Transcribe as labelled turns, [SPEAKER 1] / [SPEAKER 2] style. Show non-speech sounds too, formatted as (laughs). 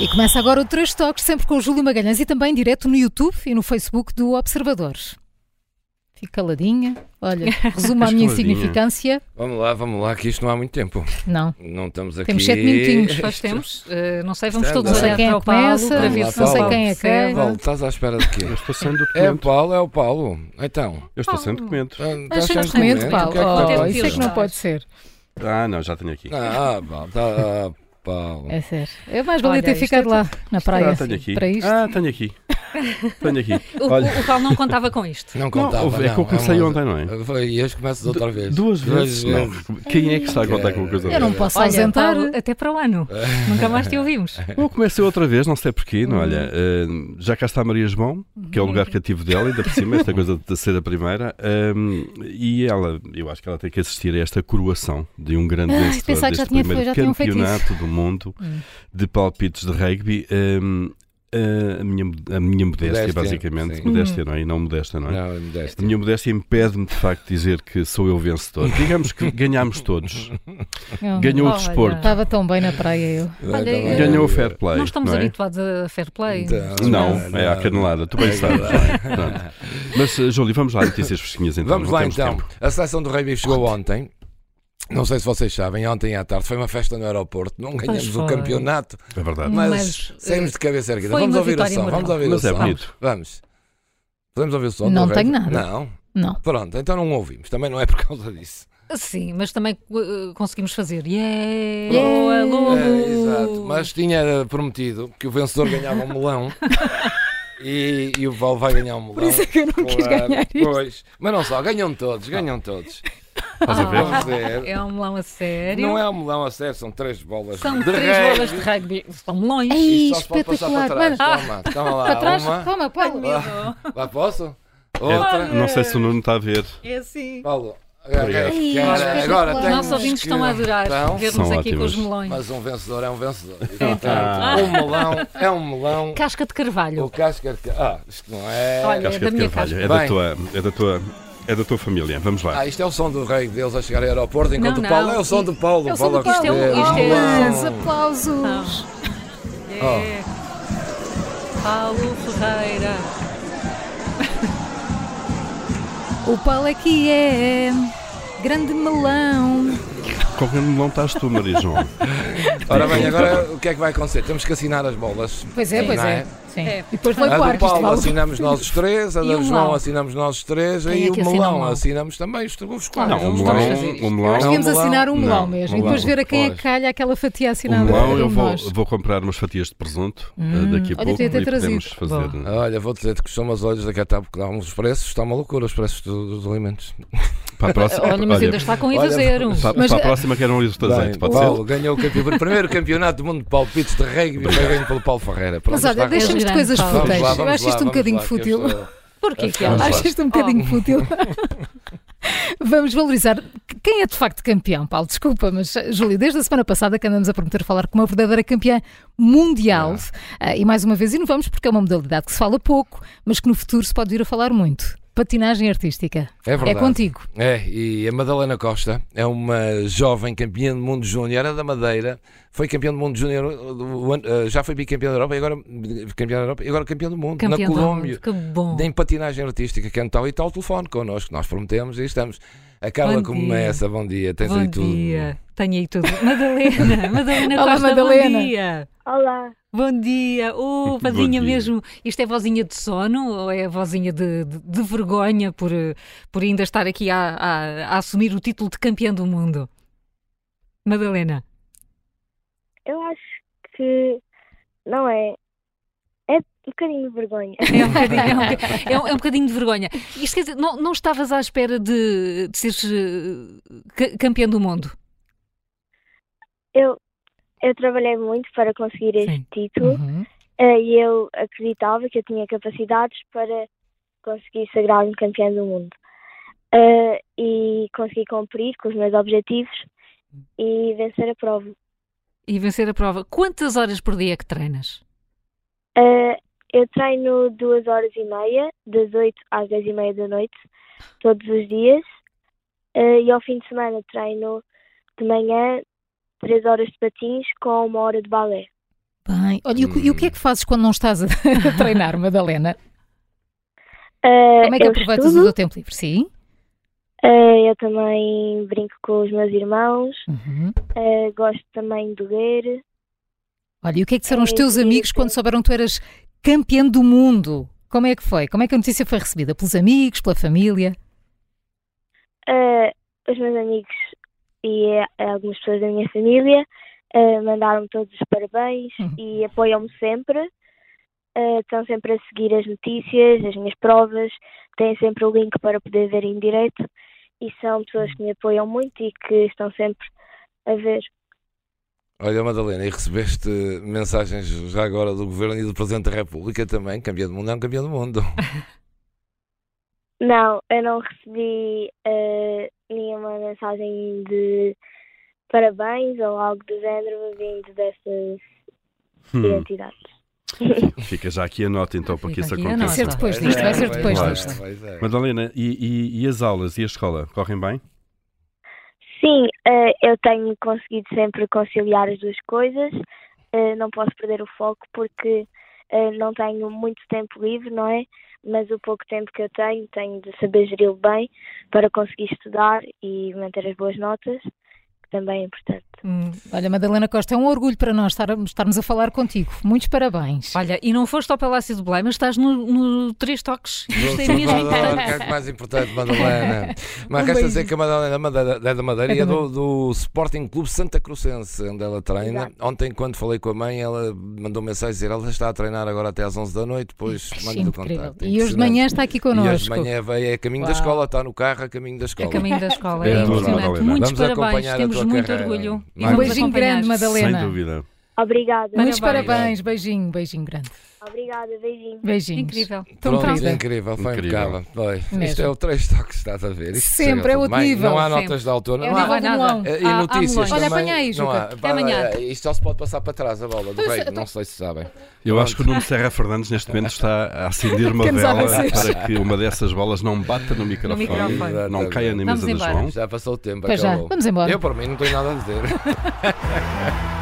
[SPEAKER 1] E começa agora o Três Toques, sempre com o Júlio Magalhães e também direto no YouTube e no Facebook do Observadores. Fico caladinha, olha, resumo a minha
[SPEAKER 2] Caladinha.
[SPEAKER 1] insignificância.
[SPEAKER 2] Vamos lá, vamos lá, que isto não há muito tempo.
[SPEAKER 1] Não,
[SPEAKER 2] Não estamos aqui.
[SPEAKER 1] Temos sete minutinhos,
[SPEAKER 3] Pois temos. Eh, não sei, vamos
[SPEAKER 2] Isto é
[SPEAKER 3] todos
[SPEAKER 1] não sei
[SPEAKER 3] olhar
[SPEAKER 1] quem é
[SPEAKER 3] para o
[SPEAKER 1] que
[SPEAKER 3] Paulo
[SPEAKER 1] começa,
[SPEAKER 3] para ver
[SPEAKER 2] não
[SPEAKER 3] se não
[SPEAKER 1] quem
[SPEAKER 2] sei
[SPEAKER 1] é que é.
[SPEAKER 3] percebe.
[SPEAKER 2] Paulo, estás à espera de quê?
[SPEAKER 4] Eu estou sem
[SPEAKER 2] É o
[SPEAKER 4] documento.
[SPEAKER 2] Paulo, é o Paulo. Então.
[SPEAKER 4] Eu estou
[SPEAKER 1] Oh.
[SPEAKER 4] sem documento.
[SPEAKER 2] tá-
[SPEAKER 1] mas
[SPEAKER 2] estás
[SPEAKER 1] sem
[SPEAKER 2] sem
[SPEAKER 1] documento,
[SPEAKER 2] documento?
[SPEAKER 1] Paulo.
[SPEAKER 2] O que é que
[SPEAKER 1] Oh,
[SPEAKER 2] tá-
[SPEAKER 1] isso é que não
[SPEAKER 3] Temos.
[SPEAKER 1] pode ser.
[SPEAKER 4] Ah, não, já tenho aqui.
[SPEAKER 2] Ah, Paulo, tá- ah, Paulo.
[SPEAKER 1] É sério. É mais valia
[SPEAKER 3] Olha,
[SPEAKER 1] ter
[SPEAKER 3] isto é
[SPEAKER 1] ficado lá na praia
[SPEAKER 4] ah, tenho
[SPEAKER 1] assim,
[SPEAKER 4] aqui.
[SPEAKER 1] para isto.
[SPEAKER 4] Ah,
[SPEAKER 1] (laughs)
[SPEAKER 4] tenho aqui. Tenho aqui.
[SPEAKER 3] O,
[SPEAKER 4] Olha.
[SPEAKER 3] o- o Paulo não contava com
[SPEAKER 2] (laughs)
[SPEAKER 3] isto.
[SPEAKER 2] Não
[SPEAKER 4] Não,
[SPEAKER 2] contava.
[SPEAKER 4] é que eu
[SPEAKER 2] não,
[SPEAKER 4] comecei
[SPEAKER 2] uma-
[SPEAKER 4] ontem, não é?
[SPEAKER 2] Foi, e hoje começas outra vez.
[SPEAKER 4] Duas vezes. não. Quem é que está a contar com uma coisa
[SPEAKER 1] Eu não posso
[SPEAKER 3] Olha,
[SPEAKER 1] ausentar.
[SPEAKER 3] Paulo, até para o
[SPEAKER 2] (laughs)
[SPEAKER 3] ano. Nunca mais te ouvimos.
[SPEAKER 4] Eu comecei outra vez, não sei porquê, não olha.
[SPEAKER 1] Uhum.
[SPEAKER 4] ah, já cá está a Maria Esbom, que é o lugar cativo dela, ainda por cima, esta coisa de ser a primeira. ah, e ela, eu acho que ela tem que assistir a esta coroação de um grande
[SPEAKER 1] Ai,
[SPEAKER 4] vencedor
[SPEAKER 1] pensava que
[SPEAKER 4] deste
[SPEAKER 1] já tinha- um
[SPEAKER 4] primeiro
[SPEAKER 1] já tinham feito isso.
[SPEAKER 4] campeonato do mundo
[SPEAKER 1] Hum.
[SPEAKER 4] de palpites de rugby. Ah, a minha, a minha modéstia,
[SPEAKER 2] Modéstia,
[SPEAKER 4] basicamente.
[SPEAKER 2] sim.
[SPEAKER 3] Hum.
[SPEAKER 4] Modéstia, não é? E não modesta, não é?
[SPEAKER 2] Não, é modéstia.
[SPEAKER 4] A minha modéstia impede-me de facto dizer que sou eu
[SPEAKER 2] (laughs)
[SPEAKER 4] vencedor. Digamos que ganhámos todos.
[SPEAKER 1] Eu
[SPEAKER 4] Ganhou o
[SPEAKER 3] Olha.
[SPEAKER 4] desporto,
[SPEAKER 1] Estava tão bem na praia eu.
[SPEAKER 3] Olha,
[SPEAKER 2] Também-
[SPEAKER 4] ganhou o fair play.
[SPEAKER 3] não estamos
[SPEAKER 4] não é?
[SPEAKER 3] habituados a fair play.
[SPEAKER 2] Então,
[SPEAKER 4] Não, é à canelada, tu bem
[SPEAKER 2] É
[SPEAKER 4] sabes. não
[SPEAKER 2] verdade.
[SPEAKER 4] é?
[SPEAKER 2] (laughs)
[SPEAKER 4] Pronto. Mas, eh, Júlio, vamos lá, notícias fresquinhas então.
[SPEAKER 2] Vamos
[SPEAKER 4] não
[SPEAKER 2] lá
[SPEAKER 4] temos
[SPEAKER 2] então.
[SPEAKER 4] tempo.
[SPEAKER 2] A seleção do Rei Vivo chegou ontem. Não sei se vocês sabem, ontem à tarde foi uma festa no aeroporto. Não ganhamos o
[SPEAKER 3] foi.
[SPEAKER 2] campeonato,
[SPEAKER 4] É verdade.
[SPEAKER 2] Ah, mas,
[SPEAKER 3] Mas,
[SPEAKER 2] saímos de cabeça erguida.
[SPEAKER 3] foi
[SPEAKER 2] Vamos
[SPEAKER 3] uma
[SPEAKER 2] ouvir o
[SPEAKER 3] vitória
[SPEAKER 2] som,
[SPEAKER 3] moral.
[SPEAKER 2] vamos ouvir
[SPEAKER 4] Mas
[SPEAKER 2] o
[SPEAKER 4] é
[SPEAKER 2] som.
[SPEAKER 4] bonito.
[SPEAKER 2] Vamos. Podemos ouvir o som?
[SPEAKER 1] Não
[SPEAKER 2] do
[SPEAKER 1] tenho
[SPEAKER 2] Rei Vivo?
[SPEAKER 1] nada.
[SPEAKER 2] Não.
[SPEAKER 1] Não.
[SPEAKER 2] Pronto, então não ouvimos. Também não é por causa disso.
[SPEAKER 3] Sim, mas também eh, conseguimos fazer. Yeah!
[SPEAKER 1] Yeah.
[SPEAKER 3] Boa, Lobo!
[SPEAKER 2] É, exato. Mas tinha eh, prometido que o vencedor ganhava um melão. E, e o Val vai ganhar um melão. Por
[SPEAKER 1] isso é que eu não quis ganhar isto.
[SPEAKER 2] Pois. Mas não só, ganham
[SPEAKER 4] Ah.
[SPEAKER 2] todos,
[SPEAKER 4] (laughs)
[SPEAKER 2] ganham todos.
[SPEAKER 4] Estás a ver?
[SPEAKER 3] Ah.
[SPEAKER 2] Vamos ver.
[SPEAKER 3] É um melão a sério.
[SPEAKER 2] Não é um melão a sério, são três bolas
[SPEAKER 3] São
[SPEAKER 2] de
[SPEAKER 3] três
[SPEAKER 2] rei.
[SPEAKER 3] bolas de rugby. São melões.
[SPEAKER 1] Ei,
[SPEAKER 2] Isto só se pode passar para
[SPEAKER 1] espetacular.
[SPEAKER 2] trás.
[SPEAKER 1] Vai-
[SPEAKER 2] Toma, toma lá.
[SPEAKER 1] Para trás,
[SPEAKER 2] Uma.
[SPEAKER 1] toma, Paulo.
[SPEAKER 2] Lá posso?
[SPEAKER 4] É,
[SPEAKER 2] Outra.
[SPEAKER 4] não sei se o Nuno está a ver.
[SPEAKER 3] É assim.
[SPEAKER 2] Paulo.
[SPEAKER 4] Obrigado.
[SPEAKER 1] Ei,
[SPEAKER 2] Agora, agora
[SPEAKER 1] espetacular.
[SPEAKER 3] Os
[SPEAKER 2] temos
[SPEAKER 3] nossos ouvintes
[SPEAKER 2] que-
[SPEAKER 3] estão a adorar
[SPEAKER 2] Então,
[SPEAKER 3] ver-nos
[SPEAKER 4] São
[SPEAKER 3] aqui com os
[SPEAKER 4] ótimos.
[SPEAKER 3] melões.
[SPEAKER 2] Mas um vencedor é um vencedor.
[SPEAKER 3] Então.
[SPEAKER 4] tá.
[SPEAKER 3] Ah.
[SPEAKER 2] Um melão é um melão.
[SPEAKER 3] Casca de
[SPEAKER 2] O
[SPEAKER 3] carvalho.
[SPEAKER 2] Casca. Ah, isto não é.
[SPEAKER 3] Olha. É
[SPEAKER 4] Casca
[SPEAKER 3] da
[SPEAKER 4] de
[SPEAKER 3] minha
[SPEAKER 4] Carvalho,
[SPEAKER 3] casca.
[SPEAKER 4] é da
[SPEAKER 2] Bem.
[SPEAKER 4] tua. É da tua. É da tua família, vamos
[SPEAKER 2] Ah,
[SPEAKER 4] lá.
[SPEAKER 2] isto é o som do rei deles a chegar ao aeroporto enquanto
[SPEAKER 3] Não,
[SPEAKER 2] o Paulo
[SPEAKER 3] não.
[SPEAKER 2] é o som do Paulo.
[SPEAKER 1] É o som do
[SPEAKER 2] Paulo a
[SPEAKER 1] Paulo.
[SPEAKER 2] correr.
[SPEAKER 3] Isto é- isto é-
[SPEAKER 2] Um
[SPEAKER 1] Aplausos,
[SPEAKER 2] melão.
[SPEAKER 1] aplausos.
[SPEAKER 3] É. Paulo Ferreira.
[SPEAKER 1] O Paulo aqui é grande melão.
[SPEAKER 4] Com quem não estás tu, Maria João?
[SPEAKER 2] Ora bem, agora o que é que vai acontecer? Temos que assinar as bolas.
[SPEAKER 1] Pois é,
[SPEAKER 2] Sim,
[SPEAKER 1] pois
[SPEAKER 2] não
[SPEAKER 1] é.
[SPEAKER 2] é?
[SPEAKER 1] Sim.
[SPEAKER 3] É.
[SPEAKER 1] E depois vai
[SPEAKER 2] A
[SPEAKER 1] para
[SPEAKER 2] do
[SPEAKER 1] o Paulo.
[SPEAKER 2] Paulo assim, assinamos nós os três, a
[SPEAKER 3] E o
[SPEAKER 2] do
[SPEAKER 3] melão?
[SPEAKER 2] João assinamos nós os três
[SPEAKER 3] Quem
[SPEAKER 2] e
[SPEAKER 3] é
[SPEAKER 2] o
[SPEAKER 3] que assina o
[SPEAKER 2] melão
[SPEAKER 3] melão?
[SPEAKER 2] assinamos também os os quatro.
[SPEAKER 4] Não, o
[SPEAKER 2] Os
[SPEAKER 4] melão,
[SPEAKER 2] três assinamos.
[SPEAKER 4] o
[SPEAKER 1] Nós
[SPEAKER 4] melão,
[SPEAKER 1] devíamos assinar um
[SPEAKER 2] Não,
[SPEAKER 1] melão mesmo e
[SPEAKER 2] melão.
[SPEAKER 1] depois ver a quem é
[SPEAKER 2] Pois.
[SPEAKER 1] que calha aquela fatia
[SPEAKER 4] o
[SPEAKER 1] assinada
[SPEAKER 4] melão,
[SPEAKER 1] por
[SPEAKER 4] eu vou,
[SPEAKER 1] nós.
[SPEAKER 4] vou comprar umas fatias de presunto
[SPEAKER 3] Hum.
[SPEAKER 4] eh, daqui
[SPEAKER 1] Olha,
[SPEAKER 4] a pouco
[SPEAKER 1] devia ter
[SPEAKER 4] e podemos
[SPEAKER 1] trazido.
[SPEAKER 4] fazer. né?
[SPEAKER 2] Olha, vou dizer que são as olhos daqui a tapo que dá uns preços, está uma loucura os preços do- dos alimentos.
[SPEAKER 4] Para a
[SPEAKER 3] (laughs)
[SPEAKER 4] próxima.
[SPEAKER 3] Olha, mas ainda está é- com IVA
[SPEAKER 2] olha,
[SPEAKER 3] zero.
[SPEAKER 4] Para,
[SPEAKER 1] Mas,
[SPEAKER 4] para a
[SPEAKER 1] eh,
[SPEAKER 4] próxima quero um litro de azeite,
[SPEAKER 2] Bem,
[SPEAKER 4] pode
[SPEAKER 2] Paulo
[SPEAKER 4] ser?
[SPEAKER 2] ganhou o, campeonato, o primeiro campeonato do mundo de palpites de rugby foi ganho pelo Paulo Ferreira. Pronto,
[SPEAKER 1] Mas
[SPEAKER 2] está
[SPEAKER 1] olha,
[SPEAKER 2] com-
[SPEAKER 1] deixamos de
[SPEAKER 3] deixa-me grande
[SPEAKER 1] coisas
[SPEAKER 3] Paulo.
[SPEAKER 2] Vamos
[SPEAKER 1] fúteis.
[SPEAKER 2] lá,
[SPEAKER 1] Eu
[SPEAKER 2] vamos
[SPEAKER 1] acho
[SPEAKER 2] lá,
[SPEAKER 1] isto um
[SPEAKER 2] vamos
[SPEAKER 1] bocadinho
[SPEAKER 2] lá, que eu
[SPEAKER 1] fútil. (laughs)
[SPEAKER 2] estou-
[SPEAKER 3] Porquê que
[SPEAKER 2] Vamos
[SPEAKER 3] ela?
[SPEAKER 2] lá.
[SPEAKER 1] Acho isto um bocadinho fútil. Vamos valorizar quem é de facto campeão, Paulo. Desculpa, mas eh, Júlio, desde a semana passada que andamos a prometer falar com uma verdadeira campeã mundial.
[SPEAKER 2] É.
[SPEAKER 1] Ah, e mais uma vez inovamos porque é uma modalidade que se fala pouco, mas que no futuro se pode vir a falar muito. Patinagem artística.
[SPEAKER 2] É
[SPEAKER 1] É
[SPEAKER 2] verdade.
[SPEAKER 1] contigo.
[SPEAKER 2] É, e a Madalena Costa é uma jovem campeã do mundo júnior, era da Madeira, foi campeã do mundo júnior, o ano- eh, já foi bicampeã da Europa e agora campeã da Europa e agora campeã do mundo
[SPEAKER 3] Campeão
[SPEAKER 2] na
[SPEAKER 3] do
[SPEAKER 2] Colômbia.
[SPEAKER 3] mundo. Que bom.
[SPEAKER 2] Em patinagem artística, que é no tal e tal telefone connosco, nós prometemos e estamos. A Carla
[SPEAKER 3] Bom
[SPEAKER 2] começa, bom dia, tens
[SPEAKER 3] Bom
[SPEAKER 2] aí tudo.
[SPEAKER 3] dia. Tenho aí tudo. Madalena, Madalena
[SPEAKER 1] Olá,
[SPEAKER 3] Costa,
[SPEAKER 1] Madalena.
[SPEAKER 3] bom dia.
[SPEAKER 5] Olá,
[SPEAKER 3] Bom dia. Oh,
[SPEAKER 4] Bom
[SPEAKER 3] vozinha
[SPEAKER 4] dia.
[SPEAKER 3] mesmo. Isto é vozinha de sono ou é vozinha de, de- de vergonha por, eh, por ainda estar aqui a, a- a assumir o título de campeã do mundo? Madalena.
[SPEAKER 5] eu acho que não é. É um bocadinho de vergonha.
[SPEAKER 3] É um bocadinho, é um bocadinho- é um- é um bocadinho de vergonha. Isto quer dizer, não, não estavas à espera de, de seres eh, ca- campeã do mundo?
[SPEAKER 5] Eu, eu trabalhei muito para conseguir este
[SPEAKER 3] Sim.
[SPEAKER 1] Uhum.
[SPEAKER 5] título eh, e eu acreditava que eu tinha capacidades para conseguir sagrar-me campeã do mundo. Eh, e consegui cumprir com os meus objetivos e vencer a prova.
[SPEAKER 3] E vencer a prova. Quantas horas por dia é que treinas?
[SPEAKER 5] Eh, eu treino duas horas e meia, das 8 às dez e meia da noite, todos os dias. Eh, e ao fim de semana treino de manhã três horas de patins com uma hora de balé.
[SPEAKER 1] Bem, olha, e o que- e o que é que fazes quando não estás a (laughs) treinar, Madalena?
[SPEAKER 5] Ah,
[SPEAKER 1] Como é que
[SPEAKER 5] eu
[SPEAKER 1] aproveitas
[SPEAKER 5] estudo,
[SPEAKER 1] o teu tempo livre? Sim.
[SPEAKER 5] ah, eu também brinco com os meus irmãos,
[SPEAKER 1] Uhum.
[SPEAKER 5] ah, gosto também de ler.
[SPEAKER 1] Olha, e o que é que disseram os
[SPEAKER 5] É,
[SPEAKER 1] teus
[SPEAKER 5] e-
[SPEAKER 1] amigos quando souberam que tu eras campeã do mundo? Como é que foi? Como é que a notícia foi recebida? Pelos amigos, pela família?
[SPEAKER 5] Ah, os meus amigos e ah, algumas pessoas da minha família ah, mandaram-me todos os parabéns
[SPEAKER 1] Uhum.
[SPEAKER 5] e apoiam-me sempre. Ah, estão sempre a seguir as notícias, as minhas provas, têm sempre o link para poder ver em direto e são pessoas que me apoiam muito e que estão sempre a ver.
[SPEAKER 2] Olha, Madalena, e recebeste mensagens já agora do Governo e do Presidente da República também, campeão do mundo é um campeão do mundo.
[SPEAKER 5] Não, eu não recebi eh, nenhuma mensagem de parabéns ou algo do género vindo dessas
[SPEAKER 4] Hum,
[SPEAKER 5] identidades. (laughs)
[SPEAKER 4] fica já aqui a nota então para que
[SPEAKER 3] Fica
[SPEAKER 4] isso
[SPEAKER 3] aqui a
[SPEAKER 1] Vai
[SPEAKER 4] aconteça.
[SPEAKER 1] ser
[SPEAKER 3] Nossa.
[SPEAKER 1] depois disto, vai ser
[SPEAKER 2] Pois é,
[SPEAKER 1] depois
[SPEAKER 4] vai.
[SPEAKER 1] disto.
[SPEAKER 2] pois é.
[SPEAKER 4] Madalena, e, e- e as aulas e a escola correm bem?
[SPEAKER 5] Sim, eh, eu tenho conseguido sempre conciliar as duas coisas. Eh, não posso perder o foco porque eh, não tenho muito tempo livre, não é? Mas o pouco tempo que eu tenho, tenho de saber geri-lo bem para conseguir estudar e manter as boas notas, que também é importante.
[SPEAKER 3] Hum,
[SPEAKER 1] Olha, Madalena Costa, é um orgulho para nós estar- estarmos a falar contigo. Muitos parabéns.
[SPEAKER 3] Olha, e não foste ao Palácio de Belém, mas estás no, no Três Toques. Isto é mesmo
[SPEAKER 2] Salvador,
[SPEAKER 3] importante.
[SPEAKER 2] que é que mais importante,
[SPEAKER 1] (laughs)
[SPEAKER 2] Madalena. Mas
[SPEAKER 1] Um
[SPEAKER 2] resta dizer que a Madalena é Madeira- é da Madeira e é do, do Sporting Clube Santa Crucense, onde ela treina.
[SPEAKER 5] Exato.
[SPEAKER 2] Ontem, quando falei com a mãe, ela mandou mensagem dizer ela está a treinar agora até às 11 da noite, depois manda o
[SPEAKER 1] É Incrível.
[SPEAKER 2] contacto.
[SPEAKER 1] E hoje de manhã está aqui
[SPEAKER 2] Impressionante. E hoje
[SPEAKER 1] connosco.
[SPEAKER 2] de manhã veio, é a caminho da
[SPEAKER 1] Uau. É
[SPEAKER 2] escola, está no carro a caminho da
[SPEAKER 3] A
[SPEAKER 2] escola.
[SPEAKER 3] caminho da escola.
[SPEAKER 4] É
[SPEAKER 3] É,
[SPEAKER 4] tudo,
[SPEAKER 3] impressionante.
[SPEAKER 4] Madalena.
[SPEAKER 3] Muitos
[SPEAKER 2] Vamos
[SPEAKER 3] parabéns.
[SPEAKER 2] acompanhar a
[SPEAKER 3] Temos
[SPEAKER 2] tua
[SPEAKER 3] muito
[SPEAKER 2] carreira.
[SPEAKER 3] orgulho. E
[SPEAKER 2] Vai.
[SPEAKER 1] Um
[SPEAKER 3] vamos
[SPEAKER 1] beijinho
[SPEAKER 3] acompanhar.
[SPEAKER 1] grande, Madalena.
[SPEAKER 4] Sem dúvida.
[SPEAKER 5] Obrigada.
[SPEAKER 1] Muitos
[SPEAKER 3] Parabéns.
[SPEAKER 1] parabéns, beijinho, beijinho grande.
[SPEAKER 5] Obrigada, beijinho.
[SPEAKER 1] Beijinhos.
[SPEAKER 3] Incrível.
[SPEAKER 1] Tão
[SPEAKER 2] Pronto, é
[SPEAKER 1] querida.
[SPEAKER 2] incrível, foi
[SPEAKER 4] Incrível.
[SPEAKER 2] impecável. Foi. Isto
[SPEAKER 1] Mesmo.
[SPEAKER 2] é o 3 toques, estás a ver. Isto
[SPEAKER 1] Sempre,
[SPEAKER 2] chega
[SPEAKER 1] é
[SPEAKER 2] tudo
[SPEAKER 1] outro
[SPEAKER 2] bem.
[SPEAKER 1] nível,
[SPEAKER 2] Não há
[SPEAKER 3] sempre.
[SPEAKER 2] notas de autor, não
[SPEAKER 1] É
[SPEAKER 2] há
[SPEAKER 1] o nível do
[SPEAKER 3] nada. Ah,
[SPEAKER 1] melão.
[SPEAKER 2] É, E
[SPEAKER 3] Há- um há
[SPEAKER 2] notícias
[SPEAKER 3] melões.
[SPEAKER 1] Olha,
[SPEAKER 2] também,
[SPEAKER 1] apanha aí,
[SPEAKER 2] não
[SPEAKER 1] Juca.
[SPEAKER 2] há. é,
[SPEAKER 1] Até amanhã. então.
[SPEAKER 2] Isto só se pode passar para trás, a bola do
[SPEAKER 1] Eu sei,
[SPEAKER 2] rei.
[SPEAKER 1] eu tô-
[SPEAKER 2] Não sei se sabem.
[SPEAKER 4] Eu acho que o Nuno Serra Fernandes neste momento está a acender uma
[SPEAKER 1] Pequenos
[SPEAKER 4] vela
[SPEAKER 1] avanços.
[SPEAKER 4] para que uma dessas bolas não bata no microfone,
[SPEAKER 3] microfone.
[SPEAKER 4] não caia na
[SPEAKER 3] Vamos
[SPEAKER 4] mesa do
[SPEAKER 3] embora.
[SPEAKER 4] João.
[SPEAKER 2] Já passou o tempo,
[SPEAKER 1] Hum? Pois já,
[SPEAKER 2] acabou.
[SPEAKER 1] vamos embora.
[SPEAKER 2] Eu, por mim, não tenho nada a dizer.